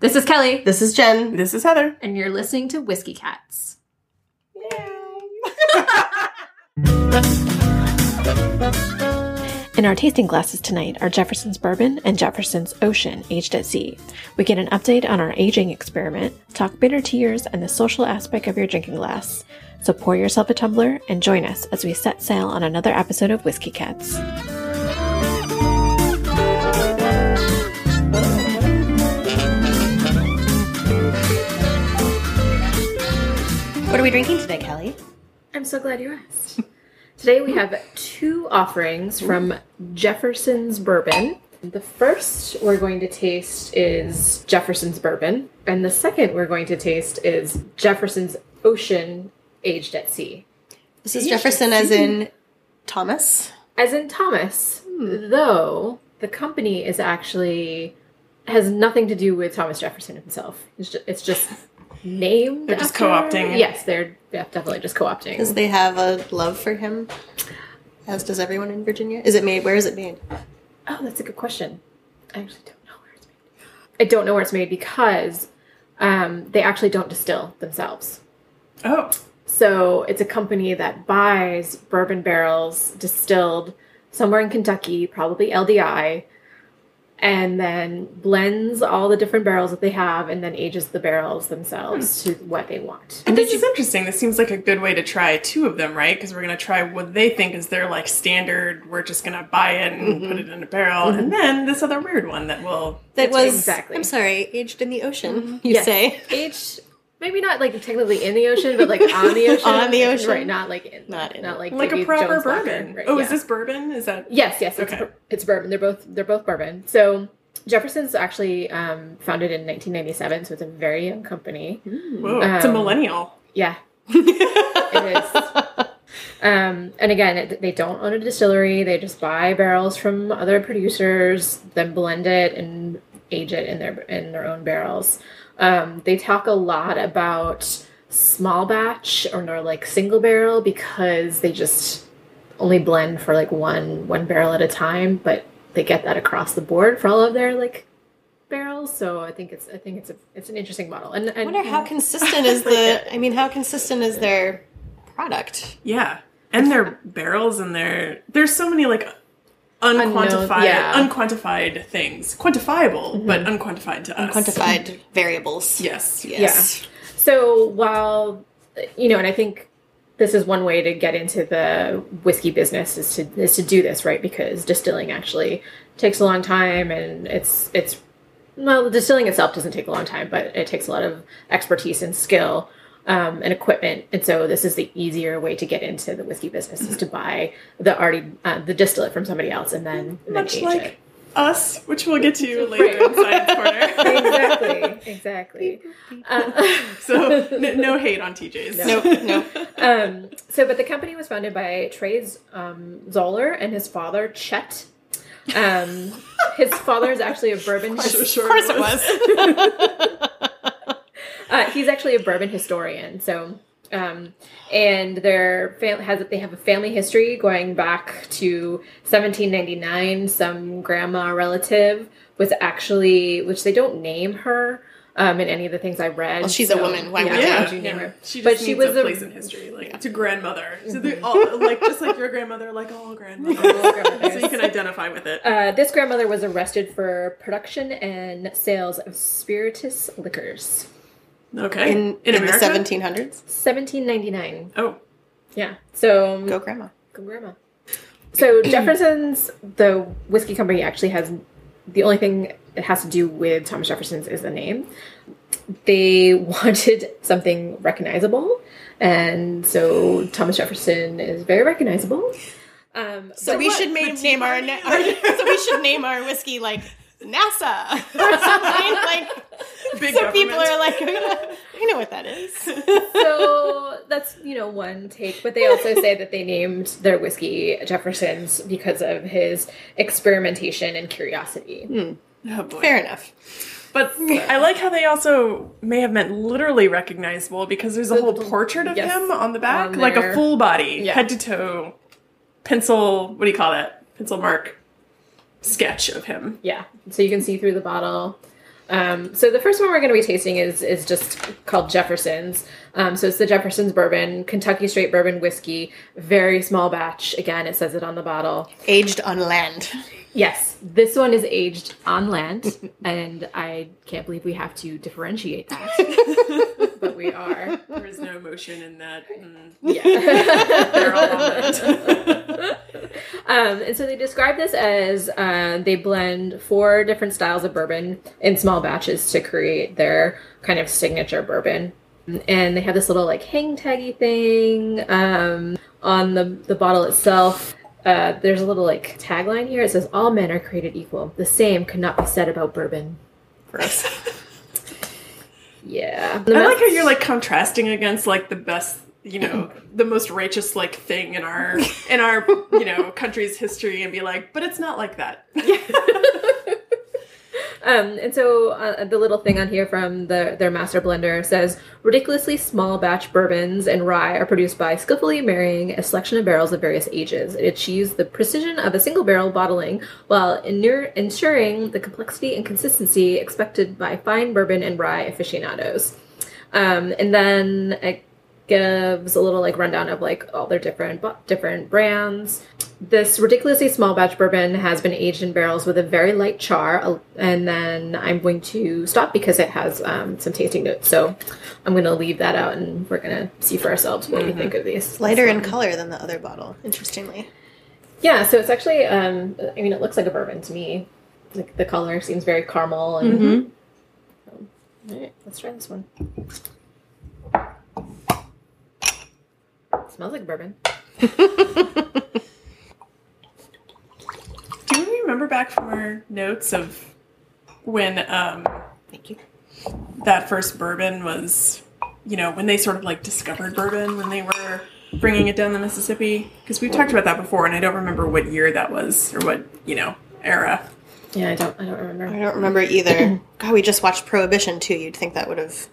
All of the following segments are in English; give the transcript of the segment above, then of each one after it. This is Kelly, This is Jen. This is Heather. and you're listening to Whiskey Cats. In our tasting glasses tonight are Jefferson's Bourbon and Jefferson's Ocean, aged at sea. We get an update on our aging experiment, talk bitter tears, and the social aspect of your drinking glass. So pour yourself a tumbler and join us as we set sail on another episode of Whiskey Cats. What are we drinking today, Kelly? I'm so glad you asked. Today we have two offerings from Jefferson's Bourbon. The first we're going to taste is Jefferson's Bourbon, and the second we're going to taste is Jefferson's Ocean aged at sea. This is Jefferson, as in Thomas. As in Thomas, though the company is actually has nothing to do with Thomas Jefferson himself. It's just, it's just named. They're just after- co-opting it. Yes, they're yeah, definitely just co-opting. Because they have a love for him, as does everyone in Virginia. Is it made? Where is it made? Oh, that's a good question. I actually don't know where it's made. I don't know where it's made because um, they actually don't distill themselves. Oh, So it's a company that buys bourbon barrels distilled somewhere in Kentucky, probably LDI, and then blends all the different barrels that they have and then ages the barrels themselves to what they want. and this is interesting. This seems like a good way to try two of them, right? Because we're going to try what they think is their like standard. We're just going to buy it and Mm-hmm. put it in a barrel, and then this other weird one that will. That That's was exactly. I'm sorry, aged in the ocean. You Yes. say Aged maybe not like technically in the ocean, but like on the ocean. On the ocean. Right, not like in Not in it. not like Like a maybe proper Jones Walker, bourbon. right, oh, yeah. is this bourbon? Is that Yes, yes, it's, Okay. it's bourbon. They're both they're both bourbon. So Jefferson's actually um, founded in 1997, so it's a very young company. whoa? it's a Um, millennial. Yeah, it is. Um, and again, it, they don't own a distillery. They just buy barrels from other producers, then blend it and age it in their in their own barrels. Um, they talk a lot about small batch or no, like single barrel because they just only blend for like one one barrel at a time, but they get that across the board for all of their like barrels. So I think it's I think it's a it's an interesting model. And, I and wonder how consistent is the. I mean, how consistent is their product? Yeah, and their barrels and their there's so many like unquantified yeah. Mm-hmm. unquantified things, quantifiable but unquantified to us. Quantified variables. Yes. Yes. So while you know, and I think this is one way to get into the whiskey business is to is to do this right because distilling actually takes a long time and it's it's well distilling itself doesn't take a long time but it takes a lot of expertise and skill um, and equipment and so this is the easier way to get into the whiskey business is to buy the already uh, the distillate from somebody else and then, and then Much age like it us, which we'll get to later in Science Corner. exactly exactly Uh, So n- no hate on TJ's. No. No. No. um, so, but the company was founded by Trey Z- um, Zoller and his father Chet. Um, his father is actually a bourbon. So his- sure Of course it was. uh, he's actually a bourbon historian. So, um, and their fam- has they have a family history going back to 1799. Some grandma relative was actually, which they don't name her. Um, in any of the things I read, Well, she's a woman. Why would yeah, you? why Yeah, would you name yeah. her? She just But she needs was a a- place in history, like to grandmother. So they all like just like your grandmother, like all grandmother. so you can identify with it. Uh, this grandmother was arrested for production and sales of spirituous liquors. Okay. In, in, the America? 1700s. 1799. Oh, Yeah. So, Go, Grandma. go grandma. So, Jefferson's, the whiskey company, actually has the only thing it has to do with Thomas Jefferson's is the name. They wanted something recognizable, and so Thomas Jefferson is very recognizable. Um, So but- we should name, name our, na- our so we should name our whiskey like NASA or something like big so people government. are like I know what that is. so that's you know one take but they also say that they named their whiskey jefferson's because of his experimentation and curiosity Oh, boy. Fair enough. But I like how they also may have meant literally recognizable because there's a whole portrait of yes, him on the back, on like a there. full body, Yeah. head to toe, pencil. What do you call that? Pencil mark sketch of him. yeah so you can see through the bottle Um, so the first one we're going to be tasting is is just called Jefferson's. Um, so it's the Jefferson's Bourbon, Kentucky Straight Bourbon Whiskey, very small batch. Again, it says it on the bottle. Aged on land. Yes, this one is aged on land, and I can't believe we have to differentiate that, but we are. There is no emotion in that. Mm, Yeah. they're all on it. Um, and so they describe this as uh, they blend four different styles of bourbon in small batches to create their kind of signature bourbon. And they have this little like hang taggy thing um, on the, the bottle itself. Uh, there's a little like tagline here. It says, All men are created equal. The same could not be said about bourbon. Gross. Yeah. I like how you're like contrasting against like the best, you know, the most righteous like thing in our in our you know country's history, and be like, but it's not like that. Um, and so uh, the little thing on here from the, their master blender says ridiculously small batch bourbons and rye are produced by skillfully marrying a selection of barrels of various ages. It achieves the precision of a single barrel bottling while inur- ensuring the complexity and consistency expected by fine bourbon and rye aficionados. Um, and then it gives a little like rundown of like all their different bu- different brands. This ridiculously small batch bourbon has been aged in barrels with a very light char, a- and then I'm going to stop because it has um, some tasting notes. So I'm going to leave that out, and we're going to see for ourselves what we think of these. Lighter in color than the other bottle, interestingly. Yeah, so it's actually, um, I mean, it looks like a bourbon to me. Like the color seems very caramel, and all right, let's try this one. smells like bourbon. Do you remember back from our notes of when um, Thank you. that first bourbon was, you know, when they sort of like discovered bourbon when they were bringing it down the Mississippi? Because we've talked about that before, and I don't remember what year that was or what you know era. Yeah, I don't, I don't I remember. don't remember either. God, we just watched Prohibition too. You'd think that would have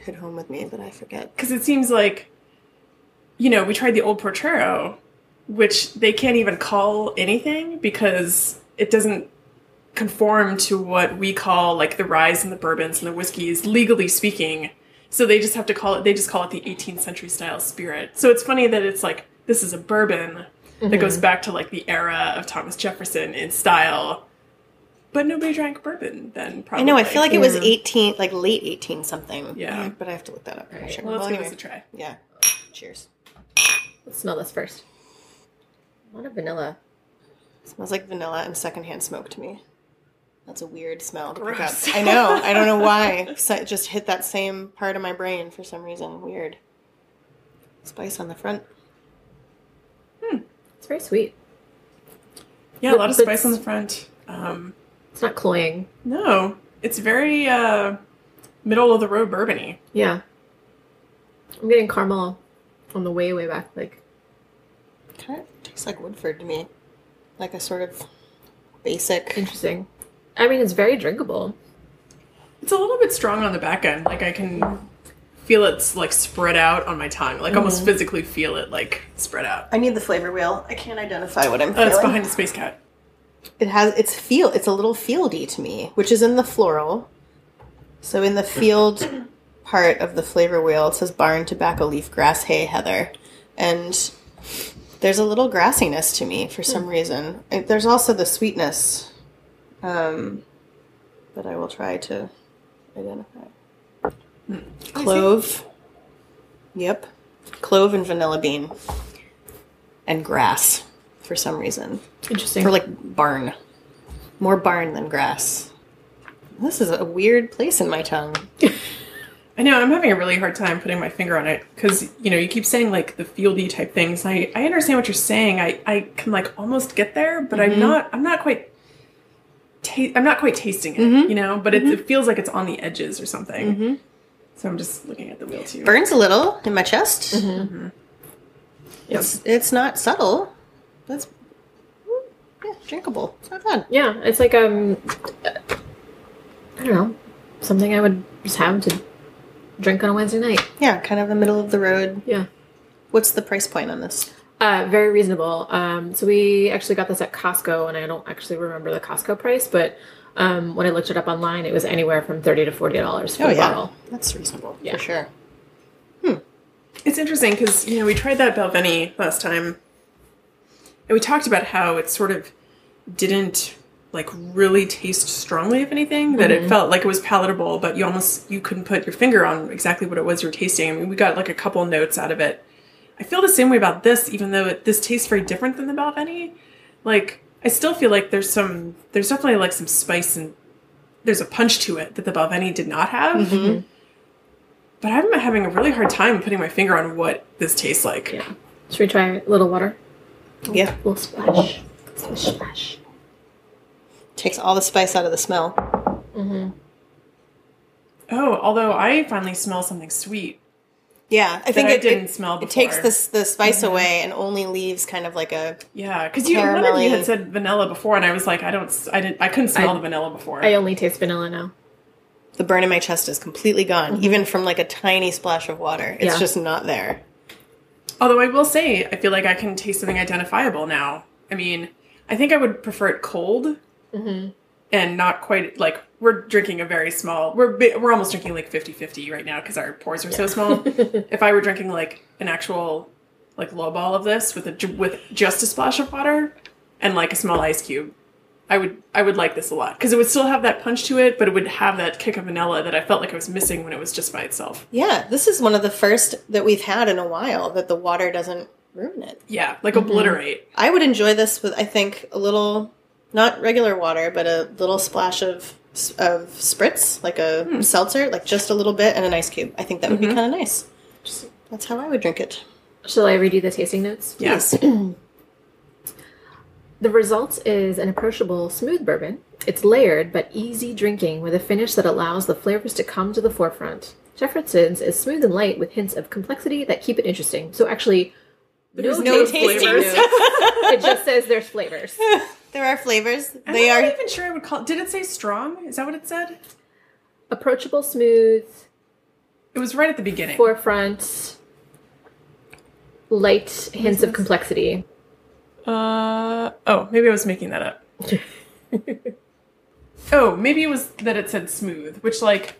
hit home with me, but I forget. Because it seems like, you know, we tried the old Portero, which they can't even call anything because it doesn't conform to what we call like the ryes and the bourbons and the whiskeys, legally speaking. So they just have to call it, they just call it the 18th century style spirit. So it's funny that it's like, this is a bourbon Mm-hmm. that goes back to like the era of Thomas Jefferson in style. But nobody drank bourbon then, I probably. know. I feel like it was eighteen, like late eighteen something. Yeah. but I have to look that up. for Alright, sure. Well, let's Well, give anyway. this a try. Yeah. Cheers. Let's smell this first. A lot of vanilla. Smells like vanilla and secondhand smoke to me. That's a weird smell to pick up. Gross. I know. I don't know why. So it just hit that same part of my brain for some reason. Weird. Spice on the front. It's very sweet. Yeah, a lot of But- spice on the front. Um, It's not cloying. No, it's very uh, middle of the road bourbony. Yeah. I'm getting caramel on the way, way back. Like, Kind of tastes like Woodford to me. Like a sort of basic. interesting. I mean, it's very drinkable. It's a little bit strong on the back end. Like I can feel it's like spread out on my tongue. Like almost physically feel it like spread out. I need the flavor wheel. I can't identify what I'm Oh, it's feeling. behind the space cat. It has it's feel. It's a little fieldy to me, which is in the floral. So in the field part of the flavor wheel, it says barn tobacco leaf grass hay heather, and there's a little grassiness to me for some reason. It, there's also the sweetness, um, but I will try to identify. Clove. Yep, clove and vanilla bean, and grass for some reason Interesting. or like barn more barn than grass this is a weird place in my tongue I know I'm having a really hard time putting my finger on it because you know you keep saying like the fieldy type things. And I I understand what you're saying. I I can like almost get there, but I'm not. I'm not quite. Ta- I'm not quite tasting it, you know. But it, it feels like it's on the edges or something. So I'm just looking at the wheel too. burns a little in my chest it's it's not subtle that's mm, yeah, drinkable it's not bad yeah, it's like, um, I don't know, something I would just have to drink on a Wednesday night. yeah kind of the middle of the road Yeah. what's the price point on this Uh, very reasonable. Um, so we actually got this at Costco, and I don't actually remember the Costco price, but Um, when I looked it up online, it was anywhere from thirty to forty dollars for Oh, a yeah. bottle. That's reasonable Yeah. for sure. It's interesting because you know we tried that Belveni last time, and we talked about how it sort of didn't like really taste strongly of anything. That it felt like it was palatable, but you almost you couldn't put your finger on exactly what it was you were tasting. I mean, we got like a couple notes out of it. I feel the same way about this, even though it, this tastes very different than the Belveni. Like I still feel like there's some there's definitely like some spice and there's a punch to it that the Belveni did not have but I'm having a really hard time putting my finger on what this tastes like. Yeah. Should we try a little water? Yeah, A little splash. Splash, splash. takes all the spice out of the smell. Oh, although I finally smell something sweet. Yeah, I think I it didn't it- smell It takes before. the the spice away and only leaves kind of like a Yeah, because you one of you Caramelly. had said vanilla before, and I was like, I don't, s- I didn't, I couldn't smell I- the vanilla before. I only taste vanilla now. the burn in my chest is completely gone, even from like a tiny splash of water. It's Yeah. just not there. although I will say, I feel like I can taste something identifiable now. I mean, I think I would prefer it cold, and not quite like we're drinking a very small. We're bi- we're almost drinking like 50-50 right now because our pours are so small. if I were drinking like an actual like low ball of this with a ju- with just a splash of water and like a small ice cube. I would I would like this a lot because it would still have that punch to it, but it would have that kick of vanilla that I felt like I was missing when it was just by itself. Yeah, this is one of the first that we've had in a while that the water doesn't ruin it. Yeah, like obliterate. I would enjoy this with I think a little not regular water, but a little splash of of spritz, like a seltzer, like just a little bit and an ice cube. I think that would be kind of nice. Just- That's how I would drink it. Shall I read you the tasting notes? Yes. The result is an approachable, smooth bourbon. It's layered but easy drinking with a finish that allows the flavors to come to the forefront. Jefferson's is smooth and light with hints of complexity that keep it interesting. So actually, There's no tasting flavors. notes. it just says there's flavors. There are flavors. I'm They not are even sure I would call. Did it say strong? Is that what it said? Approachable, smooth, It was right at the beginning. forefront, light, hints of complexity. Uh oh, maybe I was making that up. oh, maybe it was that it said smooth, which like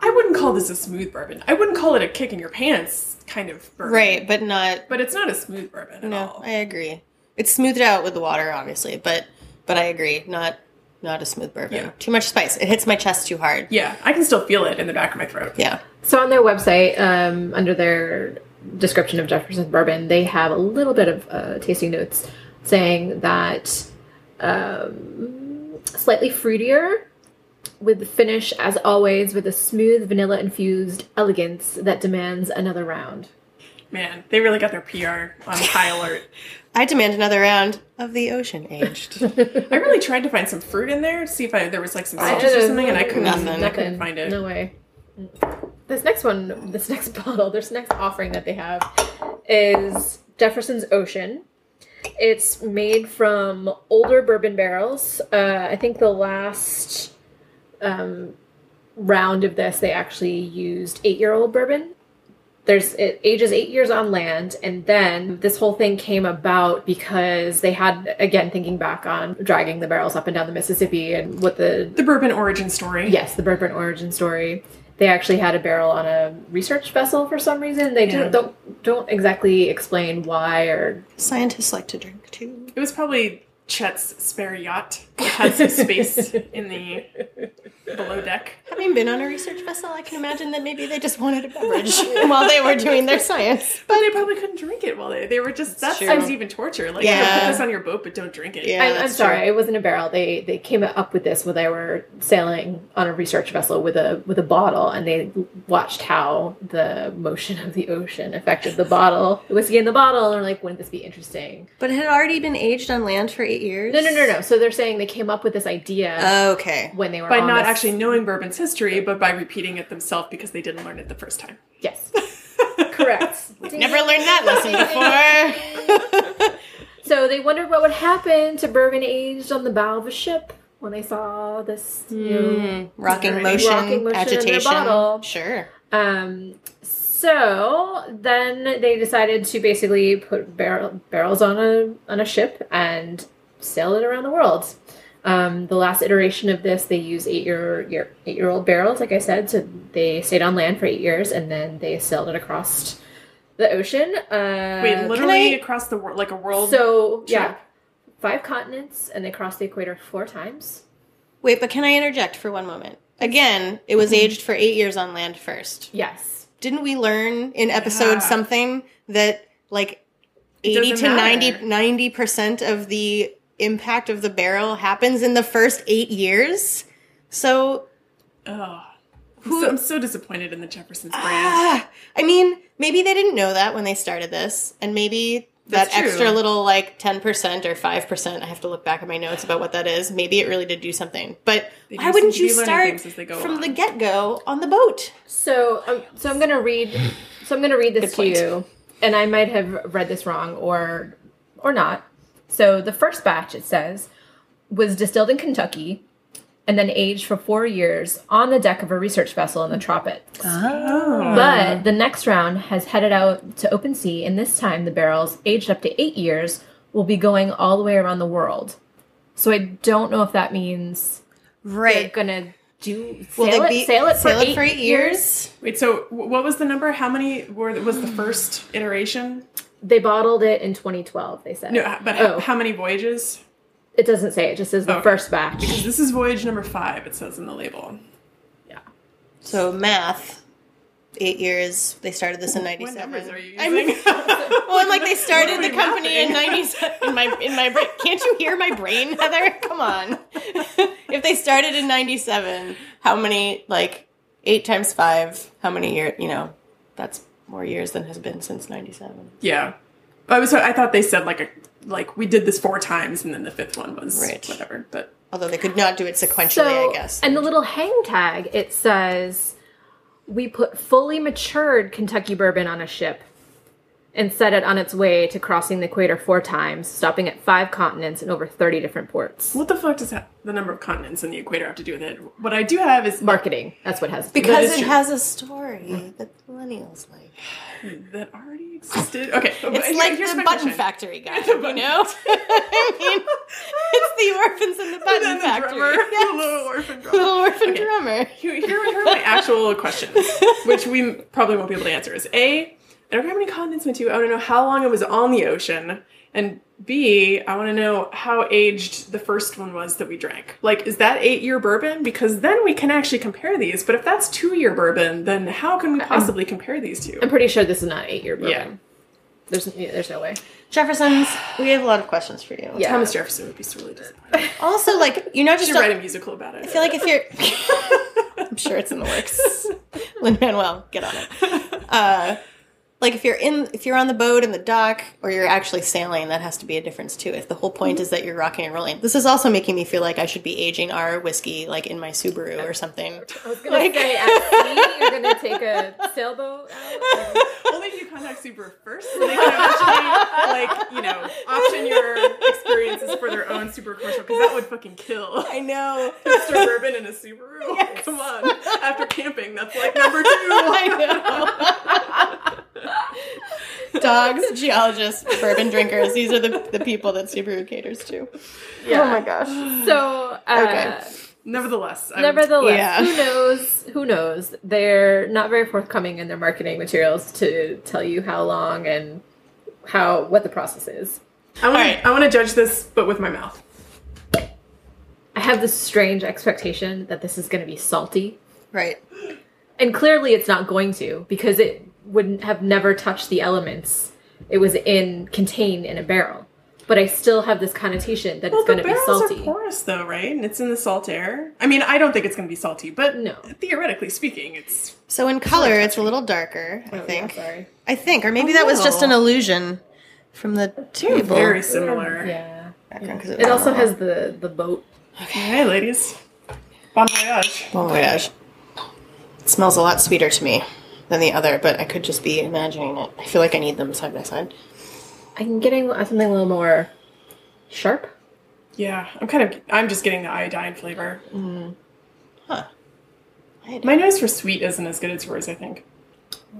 I wouldn't call this a smooth bourbon. I wouldn't call it a kick in your pants kind of bourbon. right, but not But it's not a smooth bourbon at No, all. I agree. It's smoothed out with the water, obviously, but but I agree. Not not a smooth bourbon. Yeah. Too much spice. It hits my chest too hard. yeah, I can still feel it in the back of my throat. Yeah. So on their website, um, under their description of Jefferson's bourbon, they have a little bit of uh, tasting notes saying that um, slightly fruitier, with the finish as always with a smooth vanilla infused elegance that demands another round. Man, they really got their PR on high alert. I demand another round of the ocean aged. I really tried to find some fruit in there to see if I, there was like some citrus or don't something, and I know. couldn't, Nothing. I couldn't find it. No way. This next one, this next bottle, this next offering that they have is Jefferson's Ocean. It's made from older bourbon barrels. Uh, I think the last um, round of this, they actually used eight year old bourbon. There's it ages eight years on land, and then this whole thing came about because they had again thinking back on dragging the barrels up and down the Mississippi and what the The bourbon origin story. Yes, the bourbon origin story. They actually had a barrel on a research vessel for some reason. They Yeah. didn't, don't don't exactly explain why or Scientists like to drink too. It was probably Chet's spare yacht. It had some space in the below deck. Having been on a research vessel, I can imagine that maybe they just wanted a beverage while they were doing their science. But they probably couldn't drink it while they, they were just, that true. sounds even torture. Like, Yeah. don't put this on your boat, but don't drink it. Yeah, I'm, I'm that's sorry, true. it wasn't a barrel. They they came up with this when they were sailing on a research vessel with a with a bottle, and they watched how the motion of the ocean affected the bottle, the whiskey in the bottle, and they're like, wouldn't this be interesting? But it had already been aged on land for eight years. No, no, no, no. So they're saying they came up with this idea Uh, Okay. when they were By on not this- actually knowing bourbon's history, but by repeating it themselves because they didn't learn it the first time. yes, correct. Never learned that lesson before. So they wondered what would happen to bourbon aged on the bow of a ship when they saw this. You know. Mm, Rocking Right. motion, Rocking motion in their agitation. bottle. Sure. Um, so then they decided to basically put barrel, barrels on a on a ship and sail it around the world. Um, the last iteration of this, they use eight year, year eight year old barrels, like I said. So they stayed on land for eight years, and then they sailed it across the ocean. Uh, Wait, literally I- across the world, like a world. so yeah, trip. five continents, and they crossed the equator four times. Wait, but can I interject for one moment? Again, it Mm-hmm. was aged for eight years on land first. Yes, Didn't we learn in episode Yeah. something that like It 80 doesn't to matter. 90 percent of the impact of the barrel happens in the first eight years? So Ugh. I'm, Who- so, I'm so disappointed in the Jeffersons brand. ah, I mean, maybe they didn't know that when they started this, and maybe That's that extra true. little like 10% or 5%, I have to look back at my notes about what that is. Maybe it really did do something. But They why do wouldn't seem you to be learning start things as they go from on. the get-go on the boat? So, um, so I'm gonna read. So I'm gonna read this to Good point. you, and I might have read this wrong or, or not. So the first batch it says was distilled in Kentucky, and then aged for four years on the deck of a research vessel in the tropics. Oh. But the next round has headed out to open sea, and this time the barrels, aged up to eight years, will be going all the way around the world. So I don't know if that means they're Right. gonna do sail, Will it, they be, sail it sail for eight, years. Wait, so wh- what was the number? How many were was the first iteration? They bottled it in 2012. They said. No, h- but h- oh, how many voyages? it doesn't say. It just says the Okay. first batch. This is voyage number five. It says in the label. So math, eight years. They started this in What '97. numbers are you using? I'm- well, I'm like they started What are the we company in mapping? '97. In my in my brain, can't you hear my brain, Heather? Come on. if they started in '97, how many like eight times five? How many year? You know, that's more years than has been since '97. yeah, I was. I thought they said like a like we did this four times, and then the fifth one was Right. whatever. But Although they could not do it sequentially, I guess. And the little hang tag it says, "We put fully matured Kentucky bourbon on a ship." And set it on its way to crossing the equator four times, stopping at five continents and over 30 different ports. what the fuck does that, the number of continents in the equator have to do with it? What I do have is Marketing. That's what it has. to do. is because it true. has a story that millennials like. that already existed. Okay, It's like here's the my button question. factory guy, you know? I mean, it's the orphans in the And button then the factory. drummer, the Yes. little orphan drummer. Little orphan drummer. Here, here, here are my actual questions, which we probably won't be able to answer. Is A, I don't know how many continents it went to. I don't know how long it was on the ocean. And B, I want to know how aged the first one was that we drank. Like, is that eight year bourbon? Because then we can actually compare these. But if that's two year bourbon, then how can we possibly compare these two? I'm pretty sure this is not eight year bourbon. Yeah. There's, yeah, there's no way. Jefferson's, we have a lot of questions for you. Yeah. Thomas Jefferson would be sorely disappointed. Also, like, you're not You just. should a- write a musical about it. I feel like if you're. I'm sure it's in the works. Lin Manuel, get on it. Uh, like if you're in, if you're on the boat in the dock, or you're actually sailing, that has to be a difference too. If the whole point is that you're rocking and rolling, this is also making me feel like I should be aging our whiskey like in my Subaru or something. I was gonna say, at sea, you're gonna take a sailboat out. Only if you contact Subaru first, so they can actually, like, you know, option your experiences for their own Subaru commercial because that would fucking kill. I know. Suburban and a Subaru. Come on. After camping, that's like number two. Dogs, geologists, bourbon drinkers. These are the, the people that Subaru caters to. Oh my gosh. So, uh, Okay. Nevertheless, I would- nevertheless, Yeah. who knows? Who knows? They're not very forthcoming in their marketing materials to tell you how long and how what the process is. I want Alright. to I want to judge this, but with my mouth. I have this strange expectation that this is gonna be salty, Right. and clearly, it's not going to because it wouldn't have never touched the elements. It was in contained in a barrel, but I still have this connotation that it's the gonna be barrels salty. are porous, though, right? And it's in the salt air. I mean, I don't think it's going to be salty, but No. theoretically speaking, it's So in color, it's a little darker, I Oh, yeah, think. sorry. I think. Or maybe that was just an illusion from the table. very similar. Yeah. background, 'cause It was also on has the the boat. Hey, ladies. Bon voyage. the wall. Oh my gosh. It smells a lot sweeter to me than the other, but I could just be imagining it. I feel like I need them side by side. I'm getting something a little more sharp. Yeah, I'm kind of. I'm just getting the iodine flavor. Huh. I My nose for sweet isn't as good as yours, I think.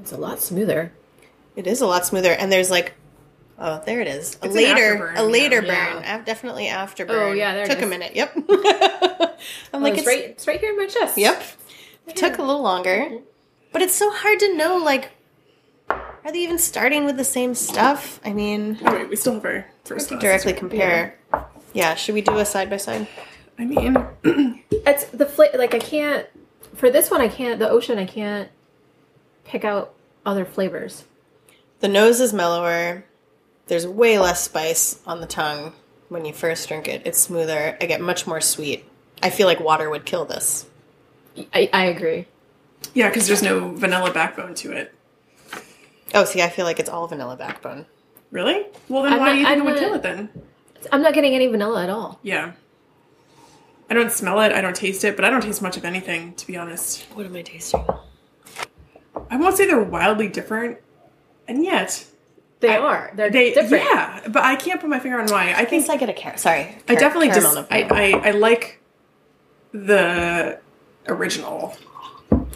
It's a lot smoother. It is a lot smoother, and there's like Oh, there it is. A It's an later, afterburn, a later yeah. burn. Af- definitely afterburn. Oh, yeah, there it took a is. minute. Yep. I'm like, it's, Oh, it's, right, it's right here in my chest. Yep. Took a little longer, but it's so hard to know. Like, are they even starting with the same stuff? I mean, Oh wait, we still have our first to class. directly compare. Yeah, should we do a side by side? I mean, It's the fla- like I can't for this one. I can't the ocean. I can't pick out other flavors. The nose is mellower. There's way less spice on the tongue when you first drink it. It's smoother. I get much more sweet. I feel like water would kill this. I, I agree. yeah, because there's no vanilla backbone to it. Oh, see, I feel like it's all vanilla backbone. Really? Well, then I'm why not- do you think I'm it would not- kill it then? I'm not getting any vanilla at all. Yeah. I don't smell it. I don't taste it, but I don't taste much of anything, to be honest. What am I tasting? I won't say they're wildly different, and yet They I- are. They're they different. yeah. But I can't put my finger on why. I I guess think I get a carrot. Sorry, I definitely caramel just I, nib- I I like the original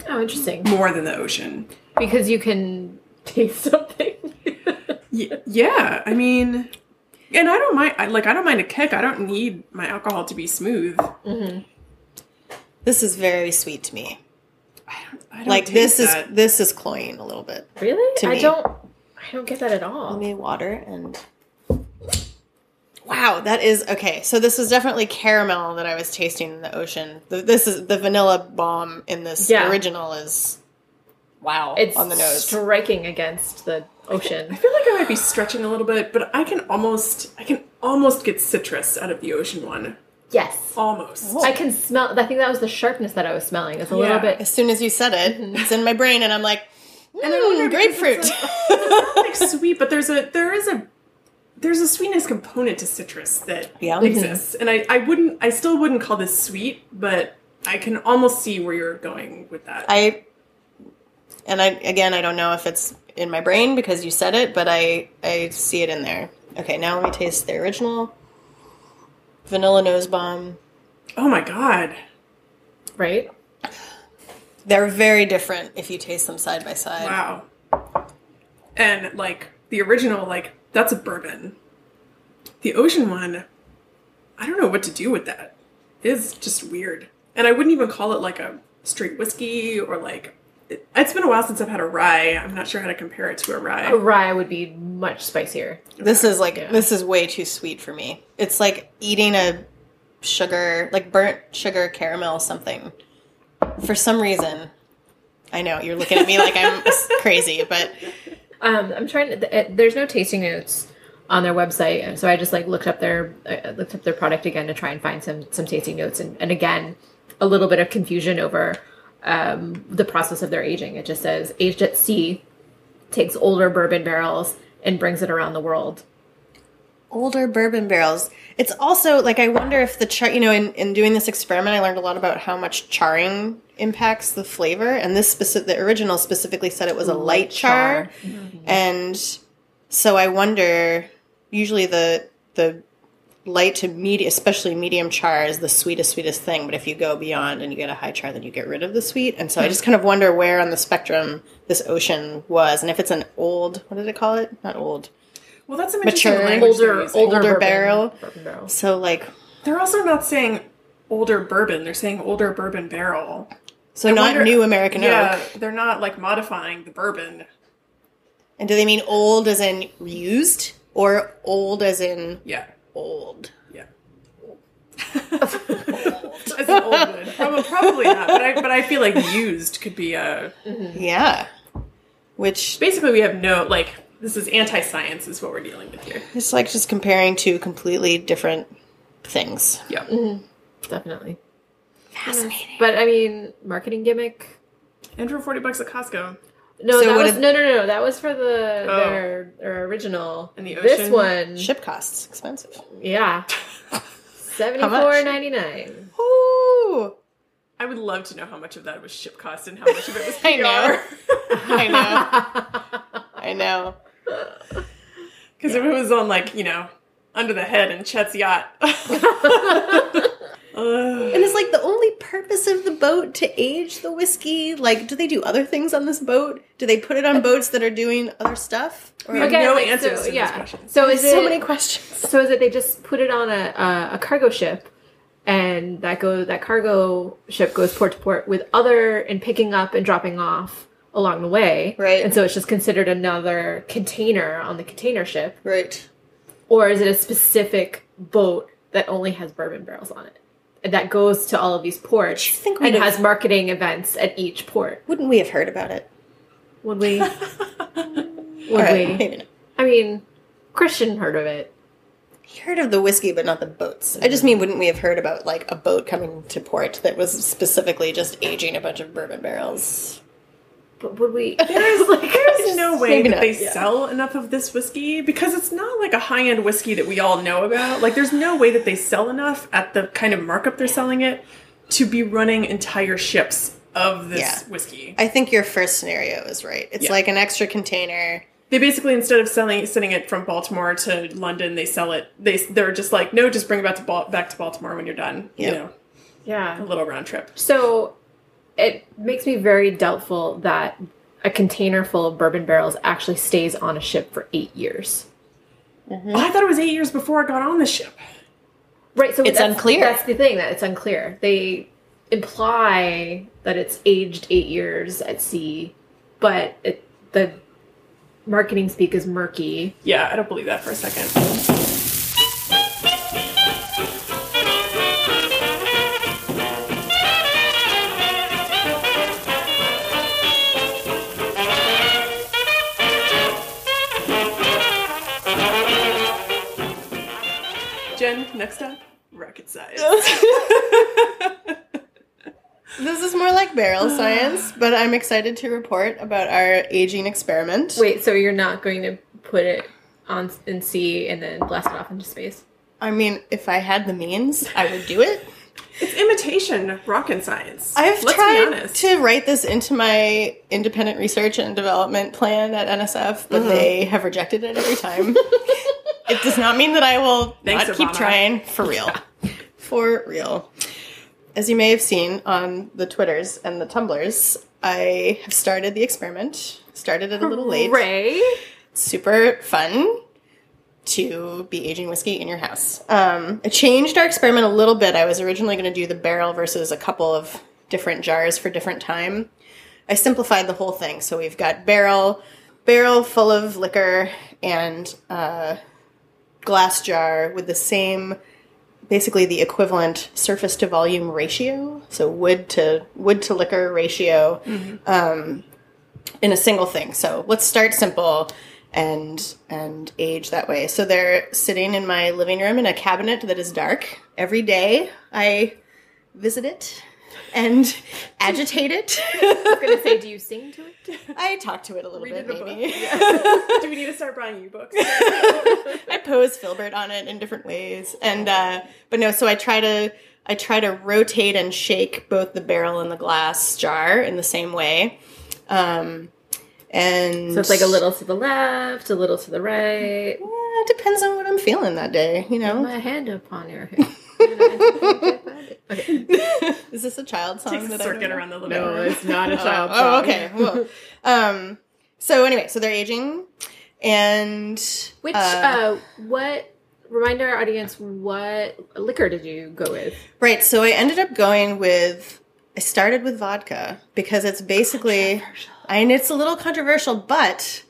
Oh, interesting. more than the ocean. Because you can taste something. Y- yeah, I mean, and I don't mind. I, like I don't mind a kick. I don't need my alcohol to be smooth. This is very sweet to me. I don't, I don't Like this is is this is cloying a little bit. really? To I me. don't. I don't get that at all. Let me water and. Wow, that is okay. So this was definitely caramel that I was tasting in the ocean. The, this is the vanilla bomb in this Yeah. original is. Wow, it's on the nose. striking against the I ocean. feel like I might be stretching a little bit, but I can almost I can almost get citrus out of the ocean one. Yes. Almost. I can smell. I think that was the sharpness that I was smelling. It's a little Yeah. bit. as soon as you said it, it's in my brain, and I'm like, Mhm. And I "Mm, wonder because it's grapefruit. like- like sweet, but there's a there is a there's a sweetness component to citrus that Yeah. exists, and I I wouldn't I still wouldn't call this sweet, but I can almost see where you're going with that. I and I again I don't know if it's in my brain because you said it, but I I see it in there. Okay, now let me taste the original vanilla nose bomb. oh my god, Right? They're very different if you taste them side by side. wow! And like the original, like that's a bourbon. The ocean one, I don't know what to do with that. It is just weird, and I wouldn't even call it like a straight whiskey or like. it- It's been a while since I've had a rye. I'm not sure how to compare it to a rye. A Oh, rye would be much spicier. This is like Yeah. this is way too sweet for me. It's like eating a sugar like burnt sugar caramel something. For some reason, I know you're looking at me like I'm crazy, but Um, I'm trying to. th- uh, There's no tasting notes on their website, and so I just like looked up their I looked up their product again to try and find some some tasting notes, and, and again, a little bit of confusion over um, the process of their aging. It just says aged at sea, takes older bourbon barrels and brings it around the world. older bourbon barrels. It's also like I wonder if the char, you know, in, in doing this experiment, I learned a lot about how much charring impacts the flavor. And this specific, the original specifically said it was a light char, and so I wonder. Usually, the the light to medium, especially medium char, is the sweetest sweetest thing. But if you go beyond and you get a high char, then you get rid of the sweet. And so I just kind of wonder where on the spectrum this ocean was, and if it's an old what did it call it? Not old. Well, that's an Mature, interesting language they're Older, using. older, Older bourbon- barrel. bourbon barrels. So like They're also not saying older bourbon. They're saying older bourbon barrel. So I not wonder- new American yeah, oak. they're not like modifying the bourbon. And do they mean old as in used or old as in Yeah, old? yeah. As an old wood. Probably, probably not. But I, but I feel like used could be a. Yeah. Which Basically, we have no like. This is anti-science, is what we're dealing with here. it's like just comparing two completely different things. Yeah. Definitely. Fascinating. But I mean, marketing gimmick. And for forty bucks at Costco, No, So that what was if- no, no, no. That was for the Oh. their, their original. And the This ocean? one, Ship costs expensive. yeah, seventy four ninety nine. Ooh. I would love to know how much of that was ship cost and how much of it was PR. I know. I know. I know. Because if it was on like you know, under the head in Chet's yacht. Ugh. And it's like the only purpose of the boat to age the whiskey? Like, do they do other things on this boat? Do they put it on boats that are doing other stuff? Or We have Again, no like, answers so, to yeah. these questions. So is it so many questions. so is it they just put it on a a, a cargo ship and that go that cargo ship goes port to port with other and picking up and dropping off along the way. Right. And so it's just considered another container on the container ship Right. or is it a specific boat that only has bourbon barrels on it? And that goes to all of these ports you think and we'd have- has marketing events at each port. Wouldn't we have heard about it? Would we? would All right, we? maybe not. I mean, Christian heard of it. He heard of the whiskey, but not the boats. I just mean, wouldn't we have heard about like a boat coming to port that was specifically just aging a bunch of bourbon barrels? But would we? There's like There's no way maybe that not, they yeah. sell enough of this whiskey because it's not like a high end whiskey that we all know about. Like, there's no way that they sell enough at the kind of markup they're selling it to be running entire ships of this Yeah. whiskey. I think your first scenario is right. It's Yeah. like an extra container. They basically instead of selling sending it from Baltimore to London, they sell it. They they're just like, no, just bring it back to Bal- back to Baltimore when you're done. Yeah. You know, a Yeah. little round trip. So it makes me very doubtful that a container full of bourbon barrels actually stays on a ship for eight years. Mm-hmm. Oh, I thought it was eight years before I got on the ship. Right. So It's that's- unclear. That's the thing that it's unclear. They imply that it's aged eight years at sea, but it, the marketing speak is murky. Yeah, I don't believe that for a second. Jen, next up, rocket science. This is more like barrel science, but I'm excited to report about our aging experiment. Wait, so you're not going to put it on in sea and then blast it off into space? I mean, if I had the means, I would do it. it's imitation rocket science. I've Let's be tried honest. to write this into my independent research and development plan at NSF, Mm-hmm. but they have rejected it every time. it does not mean that I will Thanks, not keep Obama. trying for real. For real. As you may have seen on the Twitters and the Tumblrs, I have started the experiment. Started it a little late. Ray, super fun to be aging whiskey in your house. Um, I changed our experiment a little bit. I was originally going to do the barrel versus a couple of different jars for different time. I simplified the whole thing. So we've got barrel, barrel full of liquor, and uh, glass jar with the same, basically the equivalent surface to volume ratio. So wood to wood to liquor ratio in a single thing. So let's start simple and and age that way. So they're sitting in my living room in a cabinet that is dark. Every day I visit it and agitate it. I was gonna say, do you sing to it? I talk to it a little Read bit it a maybe. Do we need to start buying you books? I pose Filbert on it in different ways, and uh, but no. So I try to I try to rotate and shake both the barrel and the glass jar in the same way, um, and So it's like a little to the left, a little to the right. Yeah, it depends on what I'm feeling that day, you know. My hand upon your hip. And I think I found it. Okay. Is this a child song Takes a that I don't circuit know? around the living room. not a child. Oh, okay. Whoa. um, so anyway, so they're aging, and Which, uh, uh, what, remind our audience, what liquor did you go with? right. So I ended up going with. I started with vodka because it's basically, and it's a little controversial, but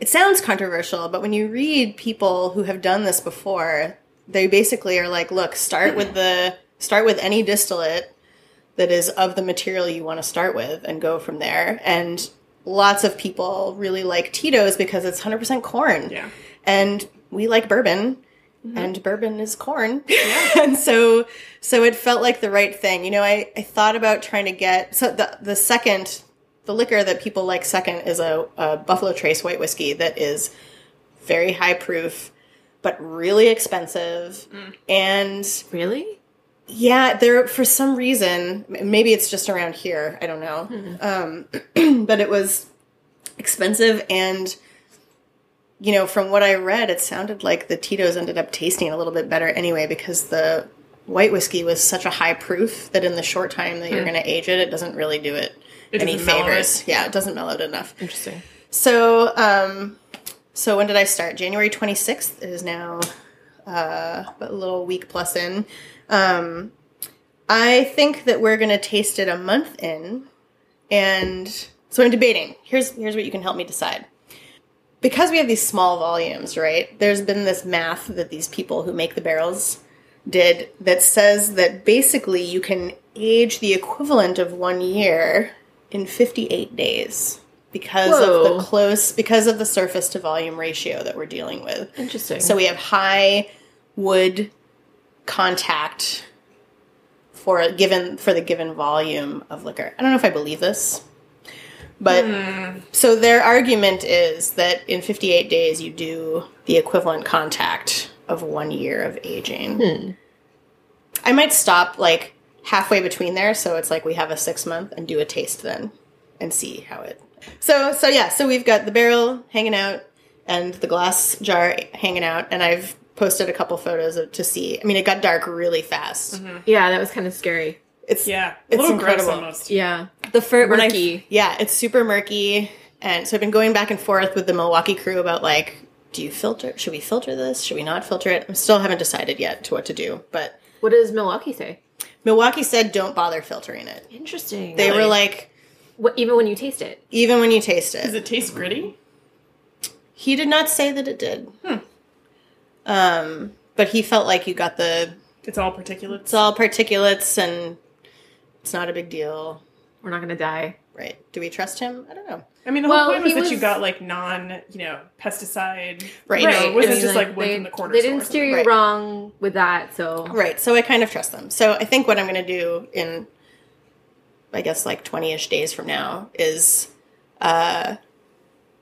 it sounds controversial. But when you read people who have done this before, they basically are like, look, start with the start with any distillate that is of the material you want to start with and go from there. And lots of people really like Tito's because it's 100% corn. Yeah. And we like bourbon. And bourbon is corn. and so so it felt like the right thing. You know, I, I thought about trying to get so the the second the liquor that people like second is a, a Buffalo Trace white whiskey that is very high proof but really expensive and Really? yeah, there for some reason, m- maybe it's just around here. I don't know. Mm-hmm. Um, but it was expensive, and you know, from what I read, it sounded like the Tito's ended up tasting a little bit better anyway because the white whiskey was such a high proof that in the short time that you're going to age it, it doesn't really do it, Hmm. It any doesn't mellow favors. Yeah, it doesn't mellow it enough. Interesting. So, um, so when did I start? January 26th. It is now uh, a little week plus in. Um, I think that we're gonna taste it a month in, and so I'm debating. Here's here's what you can help me decide. Because we have these small volumes, right? There's been this math that these people who make the barrels did that says that basically you can age the equivalent of one year in 58 days because of Whoa. the close because of the surface to volume ratio that we're dealing with. Interesting. So we have high wood contact for a given for the given volume of liquor. I don't know if I believe this. But so their argument is that in 58 days you do the equivalent contact of 1 year of aging. I might stop like halfway between there so it's like we have a 6 month and do a taste then and see how it. So so yeah, so we've got the barrel hanging out and the glass jar hanging out and I've posted a couple photos of, to see. I mean it got dark really fast. Yeah, that was kind of scary. It's Yeah, It's a little incredible. gross almost. Yeah. the first when I Murky. yeah, it's super murky, and so I've been going back and forth with the Milwaukee crew about like, do you filter? Should we filter this? Should we not filter it? I still haven't decided yet to what to do, but What does Milwaukee say? Milwaukee said don't bother filtering it. Interesting. They were like, what, even when you taste it. even when you taste Does it taste gritty? He did not say that it did. Hmm. Um, but he felt like you got the It's all particulates. it's all particulates and it's not a big deal, We're not gonna die. right? Do we trust him? I don't know. I mean, the Well, whole point was, he that you was- got like non, you know, pesticide. Right. It Right. wasn't I mean, just like, one they, from the corner. They didn't store. steer you Right. wrong with that, so Right. So I kind of trust them. So I think what I'm going to do in, I guess, like 20 ish days from now is uh,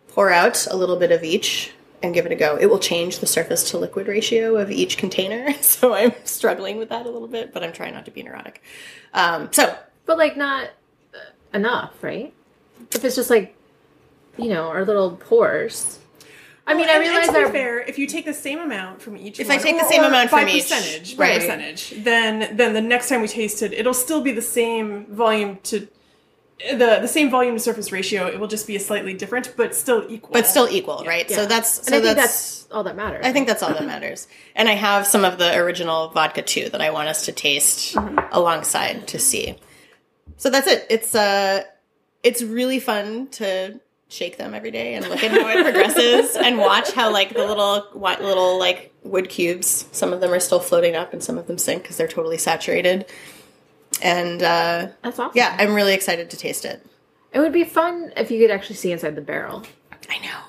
pour out a little bit of each and give it a go. It will change the surface to liquid ratio of each container. So I'm struggling with that a little bit, but I'm trying not to be neurotic. Um, so but like not uh, enough, right? If it's just like you know our little pores. I mean, I And- and realize to be our fair, if you take the same amount from each, If I one, take the or- same or amount by from each, percentage, right. by percentage, then then the next time we taste it, it'll still be the same volume to the the same volume to surface ratio. It will just be a slightly different, but still equal. but still equal, right? yeah. So that's and so I think that's that's all that matters. I think that's all that matters. And I have some of the original vodka too that I want us to taste alongside to see. So that's it. It's uh it's really fun to shake them every day and look at how it progresses and watch how like the little what little like wood cubes some of them are still floating up and some of them sink because they're totally saturated and uh, that's awesome. yeah i'm really excited to taste it it would be fun if you could actually see inside the barrel, i know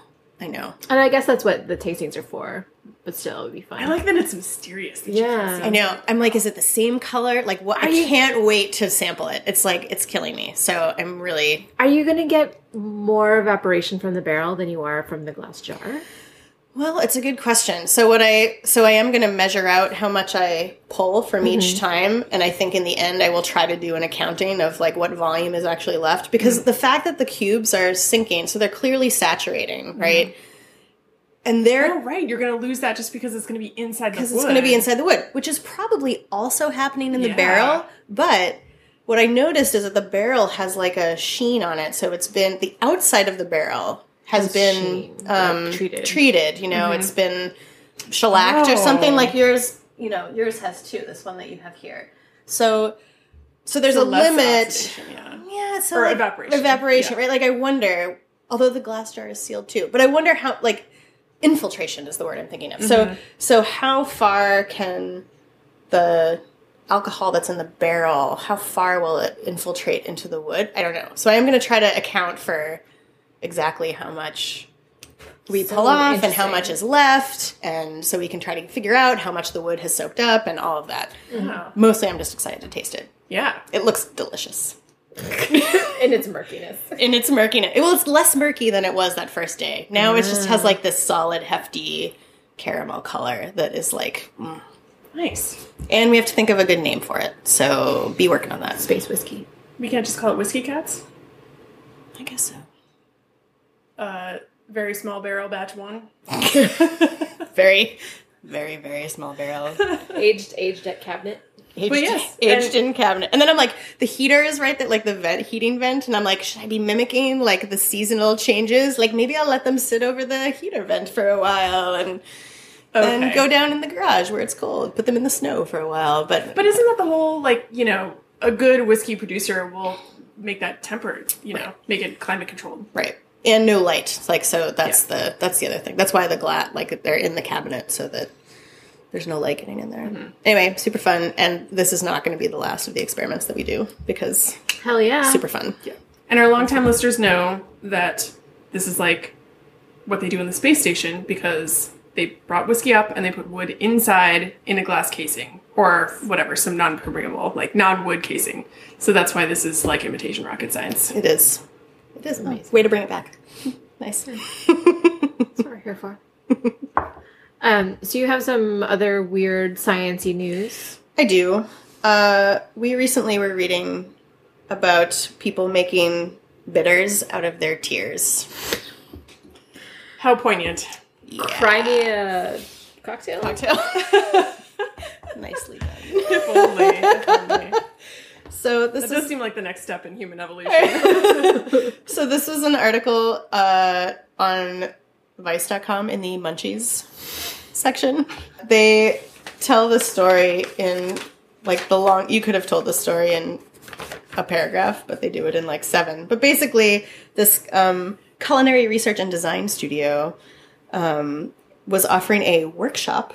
i know and I guess that's what the tastings are for. But still, it would be fun. I like that it's mysterious. that you Yeah. can't see. I know. I'm like, is it the same color? Like, what? I can't wait to sample it. It's like, it's killing me. So I'm really. Are you going to get more evaporation from the barrel than you are from the glass jar? Well, it's a good question. So what I so I am going to measure out how much I pull from each time, and I think in the end I will try to do an accounting of like what volume is actually left because the fact that the cubes are sinking, so they're clearly saturating, right? And they're Oh, right, you're going to lose that just because it's going to be inside the wood. because it's going to be inside the wood, which is probably also happening in the Yeah. barrel. But what I noticed is that the barrel has like a sheen on it, so it's been the outside of the barrel has Has been sheen, um, like treated. treated, You know, it's been shellacked or Mm-hmm. Oh. something like yours. You know, yours has too. This one that you have here. So, so there's a Less limit. oxidation, yeah. Yeah, so Or like, evaporation. Evaporation, Yeah. right? Like I wonder. Although the glass jar is sealed too, but I wonder how like infiltration is the word I'm thinking of. Mm-hmm. So so how far can the alcohol that's in the barrel how far will it infiltrate into the wood? I don't know. So I am going to try to account for exactly how much we So pull off and how interesting. much is left and so we can try to figure out how much the wood has soaked up and all of that. Wow. Mostly I'm just excited to taste it. Yeah. It looks delicious And its murkiness. and it's murkiness. Well, it's less murky than it was that first day. Now it just has like this solid, hefty caramel color that is like. mm. Nice. And we have to think of a good name for it. So be working on that. Space whiskey. We can't just call it whiskey cats. I guess so. Uh, very small barrel batch one. Very, very, very small barrel. Aged, aged at cabinet. aged, But yes, aged in cabinet. And then I'm like, the heater is right there, like the vent heating vent, and I'm like, should I be mimicking like the seasonal changes? Like maybe I'll let them sit over the heater vent for a while and then Okay. go down in the garage where it's cold. Put them in the snow for a while, but, But isn't that the whole like you know a good whiskey producer will make that tempered, you know, make it climate controlled. right. And no light. It's Like so that's the that's the other thing. That's why the glat like they're in the cabinet so that there's no light getting in there. Anyway, super fun and this is not going to be the last of the experiments that we do because Hell yeah. super fun. Yeah. And our longtime listeners know that this is like what they do in the space station because they brought whiskey up and they put wood inside in a glass casing or whatever, some non permeable, like non wood casing. So that's why this is like imitation rocket science. It is. It is amazing. Way to bring it back. nice. That's what we're here for. um, so you have some other weird sciencey news. I do. Uh, we recently were reading about people making bitters out of their tears. How poignant. Crimea cocktail. Nicely done. If only, if only. So this That is. does seem like the next step in human evolution. So this was an article uh, on Vice.com in the Munchies section. They tell the story in like the long. You could have told the story in a paragraph, but they do it in like seven. But basically, this um, culinary research and design studio um, was offering a workshop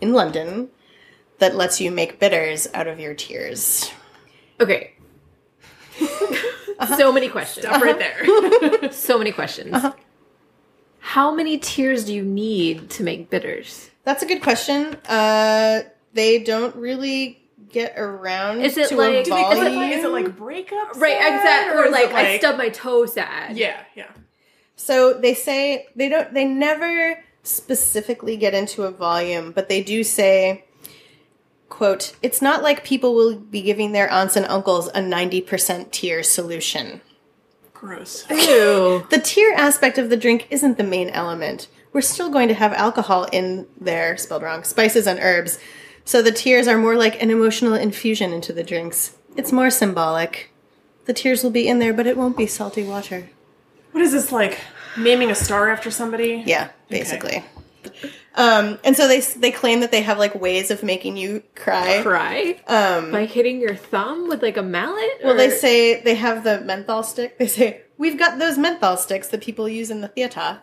in London that lets you make bitters out of your tears. Okay. So many questions. Stop right there. So many questions. How many tears do you need to make bitters? That's a good question. Uh, they don't really get around. Is it to like- a Do they call it volume. Is it like breakup? Right, exactly. Or, like, I stuff. stubbed my toe sad. Yeah, yeah. So they say they don't. They never specifically get into a volume, but they do say, "quote It's not like people will be giving their aunts and uncles a ninety percent tear solution." Gross. Ew. The tear aspect of the drink isn't the main element. We're still going to have alcohol in there, spelled wrong, spices and herbs. So the tears are more like an emotional infusion into the drinks. It's more symbolic. The tears will be in there, but it won't be salty water. What is this like? Naming a star after somebody? Yeah, basically. Um, and so they they claim that they have like ways of making you cry. Cry? Um, By hitting your thumb with like a mallet? Well, they say they have the menthol stick. They say we've got those menthol sticks that people use in the theater.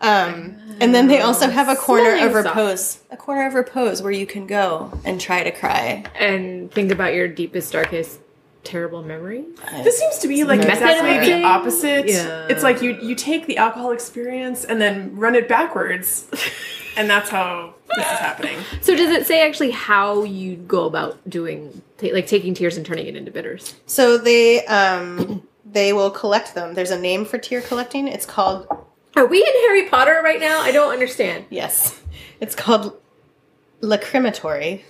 Um, and then they also have a corner of Smelling salts. repose, a corner of repose where you can go and try to cry. And think about your deepest, darkest, terrible memories. This seems to be like Method exactly the acting? opposite. Yeah. It's like you you take the alcohol experience and then run it backwards, and that's how this is happening. So does it say actually how you go about doing, ta- like taking tears and turning it into bitters? So they um, they will collect them. There's a name for tear collecting. It's called Are we in Harry Potter right now? I don't understand. yes, it's called lacrimatory.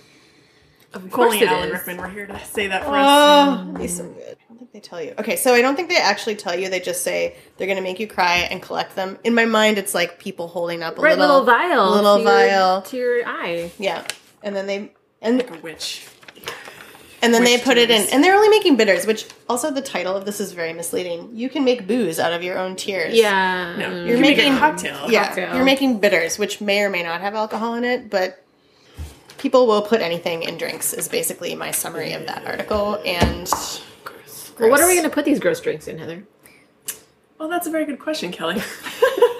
Of Colleen it Allen is. Rickman, we're here to say that for us. Uh, Oh, that'd be so good. I don't think they tell you. Okay, so I don't think they actually tell you. They just say they're going to make you cry and collect them. In my mind, it's like people holding up a Right, little, little, vial. little to your- vial. To your eye. Yeah, and then they and Like a witch. and then they Which put it in, tears. and they're only making bitters. Which also the title of this is very misleading. You can make booze out of your own tears. Yeah. No, Mm. you can make making- a cocktail. yeah, Cocktail. you're making bitters, which may or may not have alcohol in it, but. People will put anything in drinks is basically my summary of that article. And Well, what are Gross. we going to put these gross drinks in, Heather? Well, that's a very good question, Kelly.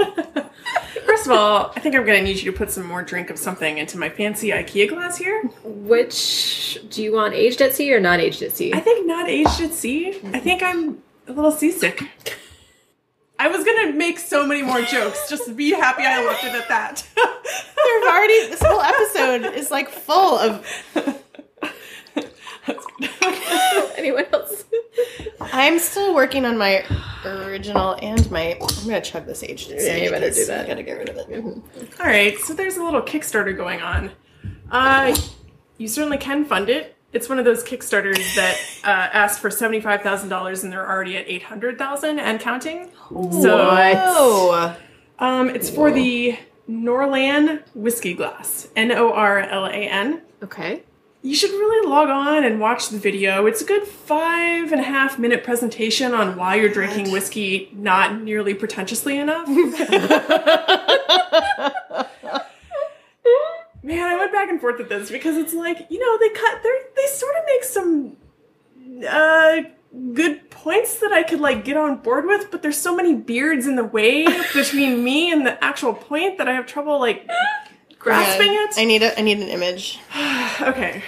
First of all, I think I'm going to need you to put some more drink of something into my fancy IKEA glass here. Which do you want aged at sea or not aged at sea? I think not aged at sea. I think I'm a little seasick. I was gonna make so many more jokes. Just be happy I left it at that. They've already this whole episode is like full of That's good. Anyone else? I'm still working on my original and my. I'm gonna chug this aged. Yeah, you better do that. I gotta get rid of it. All right, so there's a little Kickstarter going on. Uh, you certainly can fund it. It's one of those Kickstarters that uh, asked for seventy-five thousand dollars, and they're already at eight hundred thousand and counting. So Oh, Um, it's for the Norlan whiskey glass. N O R L A N. Okay. you should really log on and watch the video. It's a good five and a half minute presentation on why you're drinking whiskey not nearly pretentiously enough. Man, I went back and forth with this because it's like, you know, they cut they they sort of make some uh good points that I could like get on board with, but there's so many beards in the way between me and the actual point that I have trouble like grasping Yeah. it I need a I need an image. okay,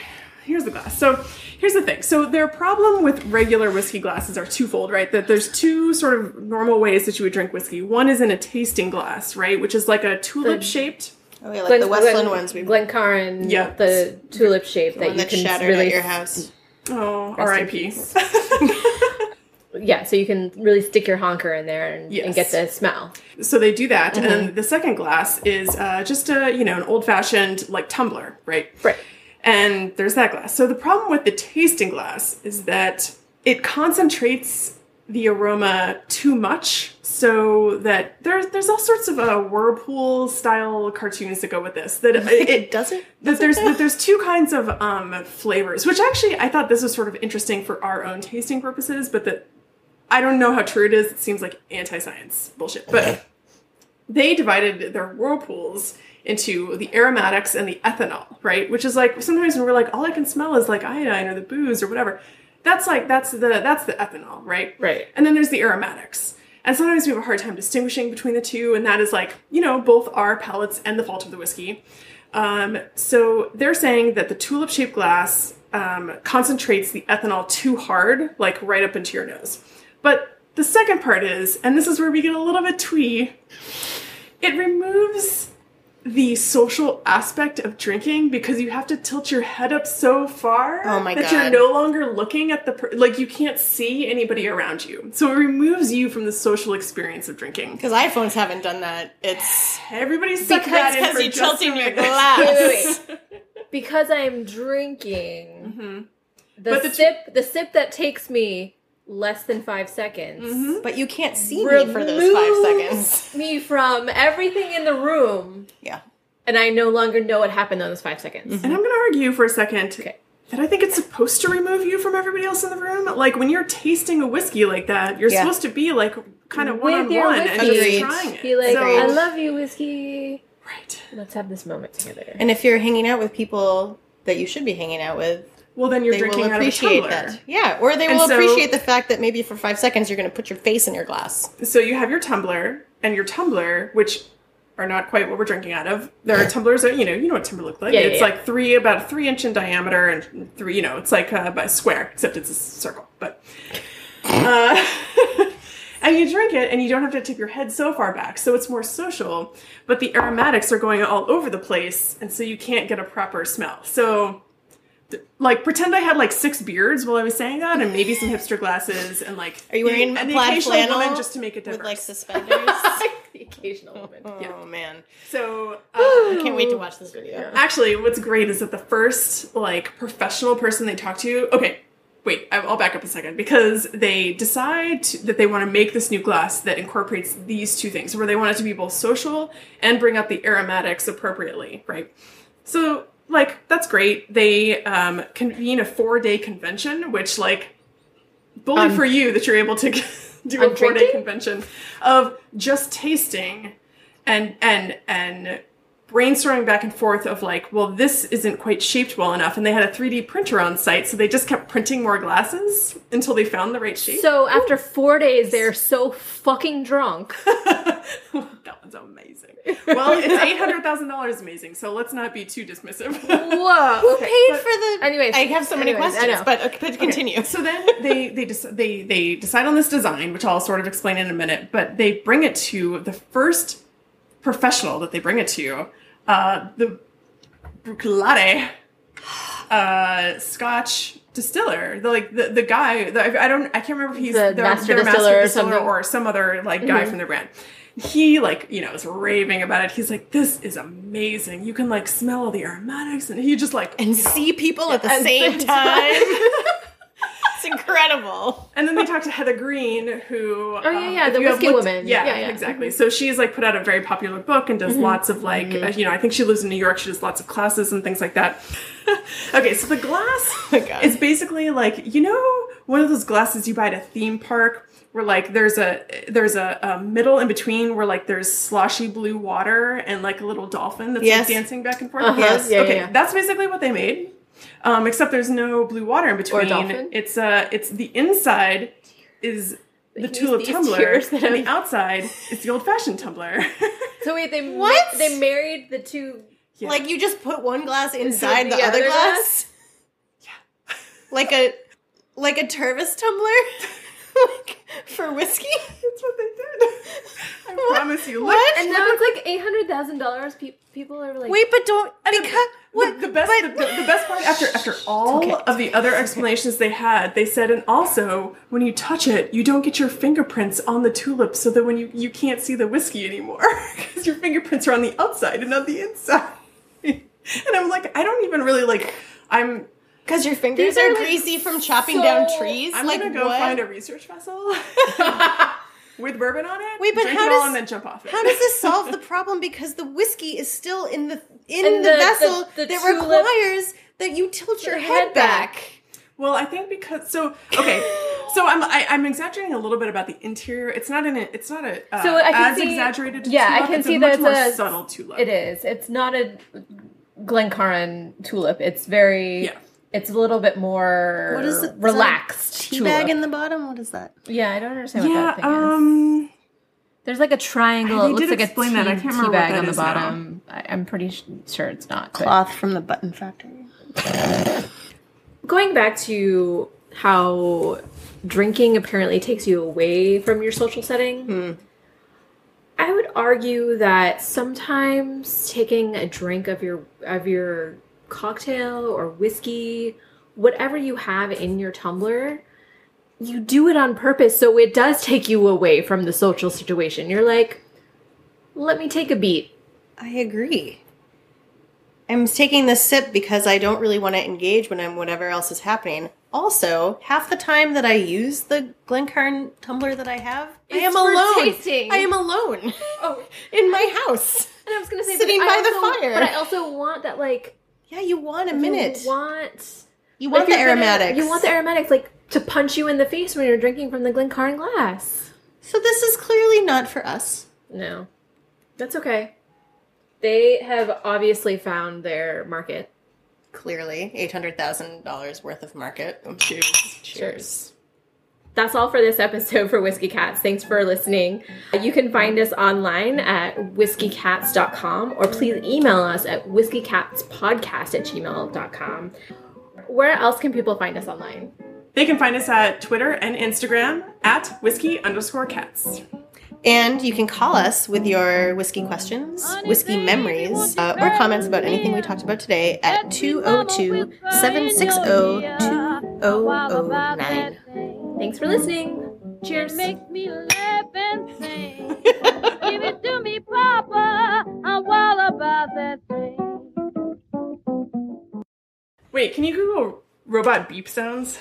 here's the glass. So here's the thing. So their problem with regular whiskey glasses are twofold, right? That there's two sort of normal ways that you would drink whiskey. One is in a tasting glass, right, which is like a tulip shaped. Oh yeah, like the Westland ones we Glencairn, Yeah. the tulip shape that one you that can shattered really at your house. Oh, in R.I.P. peace. yeah, so you can really stick your honker in there and, and Yes. get the smell. so they do that, Mm-hmm. and the second glass is uh, just a you know an old fashioned like tumbler, right? Right. And there's that glass. So the problem with the tasting glass is that it concentrates the aroma too much, so that there's there's all sorts of uh, whirlpool style cartoons that go with this. That it, it doesn't. that there's that there's two kinds of um, flavors, which actually I thought this was sort of interesting for our own tasting purposes, but that I don't know how true it is. It seems like anti-science bullshit. But they divided their whirlpools into the aromatics and the ethanol, right? Which is like sometimes when we're like, all I can smell is like iodine or the booze or whatever. That's like that's the that's the ethanol, right? Right. And then there's the aromatics. And sometimes we have a hard time distinguishing between the two, and that is like, you know, both our palates and the fault of the whiskey. Um, so they're saying that the tulip shaped glass um, concentrates the ethanol too hard, like right up into your nose. But the second part is, and this is where we get a little bit twee, it removes the social aspect of drinking because you have to tilt your head up so far Oh my that God. you're no longer looking at the per- like you can't see anybody around you. So it removes you from the social experience of drinking. Because iPhones haven't done that. It's Everybody suck that in for just a Wait, minute. glass. wait, wait. because I'm drinking Mhm. the, But the tw- sip, the sip that takes me less than five seconds. Mhm. But you can't see me for those removes five seconds. Me from everything in the room, Yeah. and I no longer know what happened in those five seconds. And I'm going to argue for a second Okay. that I think it's supposed to remove you from everybody else in the room. Like when you're tasting a whiskey like that, you're Yeah. supposed to be like kind of With one on your one and just whiskey. trying it. Be like, Mm-hmm. I so, love you, whiskey. right. Let's have this moment together. And if you're hanging out with people that you should be hanging out with, Well, then you're they drinking will appreciate out of a tumbler. that. Yeah, or they And will so- appreciate the fact that maybe for five seconds you're going to put your face in your glass. so you have your tumbler and your tumbler which are not quite what we're drinking out of there are tumblers that you know you know what tumbler look like Yeah, yeah, it's yeah. like three about a three inch in diameter and three you know it's like uh, a square except it's a circle but uh, and you drink it and you don't have to tip your head so far back so it's more social but the aromatics are going all over the place and so you can't get a proper smell so th- like pretend I had like six beards while I was saying that, and maybe some hipster glasses, and like Are you wearing an a plaid occasional woman flannel just to make it With diverse. like suspenders. the occasional woman. Oh man, So uh, I can't wait to watch this video. actually, what's great is that the first like professional person they talk to. Okay, wait, I- I'll back up a second because they decide to, that they want to make this new glass that incorporates these two things, where they want it to be both social and bring up the aromatics appropriately, right? So like that's great. They um, convene a four day convention, which like bully for you that you're able to do Um, I'm a four day drinking? convention of just tasting and and and brainstorming back and forth of like, well, this isn't quite shaped well enough, and they had a 3D printer on site, so they just kept printing more glasses until they found the right shape. So after four days, they're so fucking drunk. that one's amazing. Well, it's eight hundred thousand dollars amazing, so let's not be too dismissive. Whoa. Who paid for the? anyways, I have so many anyways, I questions, know. but okay, but continue. So then they they dec- they they decide on this design, which I'll sort of explain in a minute. But they bring it to the first professional that they bring it to, uh, the Bruclade uh, Scotch distiller. The, like the the guy, the, I- I don't, I can't remember if he's The their, master their distiller or something. Mm-hmm. or some other like guy from their brand. He like you know is raving about it. He's like, "This is amazing. You can like smell all the aromatics," and he just like and see people at the At the same same time. so incredible. And then they talked to Heather Green, who um, Oh, yeah, yeah, if the you have whiskey woman. Yeah, Yeah, Mm-hmm. yeah. exactly. So she's like put out a very popular book and does lots of like uh, you know I think she lives in New York. She does lots of classes and things like that. okay, so the Oh glass my God. is basically like you know one of those glasses you buy at a theme park where like there's a there's a, a middle in between where like there's sloshy blue water and like a little dolphin that's Yes. like dancing back and forth. Uh-huh. Yes. Yeah, yeah, okay, yeah. that's basically what they made. Um, except there's no blue water in between. dolphin? It's uh, it's the inside is the These- tulip these tumbler, tears that and I've- the outside is the old-fashioned tumbler. So wait, they ma- What? they married the two. Yeah. Like you just put one glass inside the, the other, other glass? Yeah. like a like a Tervis tumbler? like for whiskey? that's what they did. I promise you. Look, What? And now it's like eight hundred thousand dollars. People are like, Wait, but don't because what The, the best, the, but- the best part after after all okay. of the other explanations they had, they said, and also when you touch it, you don't get your fingerprints on the tulip, so that when you you can't see the whiskey anymore because your fingerprints are on the outside and not the inside. and I'm like, I don't even really like. I'm Because your fingers These are, are like, greasy from chopping so- down trees. I'm like gonna go what? find a research vessel with bourbon on it. Wait, but drink how it all does- and then jump off? It. How does this solve the problem? Because the whiskey is still in the in, In the, the- the- vessel the that tulip- requires that you tilt your head head back. back. Well, I think because so okay, so I'm I, I'm exaggerating a little bit about the interior. It's not an it's not a uh, So I can as see- exaggerated. yeah, I tulip. can it's see a that much it's more a- subtle tulip. It is. It's not a Glencairn tulip. It's very. Yeah. It's a little bit more What is it? Is that a relaxed Tea tulip. bag in the bottom. What is that? yeah, I don't understand Yeah, what that thing is. um, There's like a triangle. They It looks did like a explain tea, that. I can't tea remember what bag that on the is now. bottom. I, I'm pretty sh- sure it's not. but- Cloth from the button factory. going back to how drinking apparently takes you away from your social setting Hmm. i would argue that sometimes taking a drink of your of your cocktail or whiskey whatever you have in your tumbler you do it on purpose so it does take you away from the social situation you're like let me take a beat I agree. I'm taking this sip because I don't really want to engage when I'm whatever else is happening. Also, half the time that I use the Glencairn tumbler that I have, I It's am for alone. tasting. I am alone oh in my house. and i was gonna say but Sitting I by the also- fire. but i also want that like Yeah, you want a you minute. You want, want If the you're gonna- aromatics. you want the aromatics, like to punch you in the face when you're drinking from the Glencairn glass. so this is clearly not for us. No, that's okay. They have obviously found their market. Clearly, eight hundred thousand dollars worth of market. cheers. Cheers. That's all for this episode for Whiskey Cats. Thanks for listening. You can find us online at whiskeycats.com or please email us at whiskeycatspodcast at gmail.com. Where else can people find us online? They can find us at Twitter and Instagram at whiskey underscore cats. And you can call us with your whiskey questions, whiskey memories, uh, or comments about anything we talked about today at 202 760 2009. Thanks for listening. Cheers. Make me laugh and sing. Give it to me, Papa. I'm all about that thing. Wait, can you Google robot beep sounds?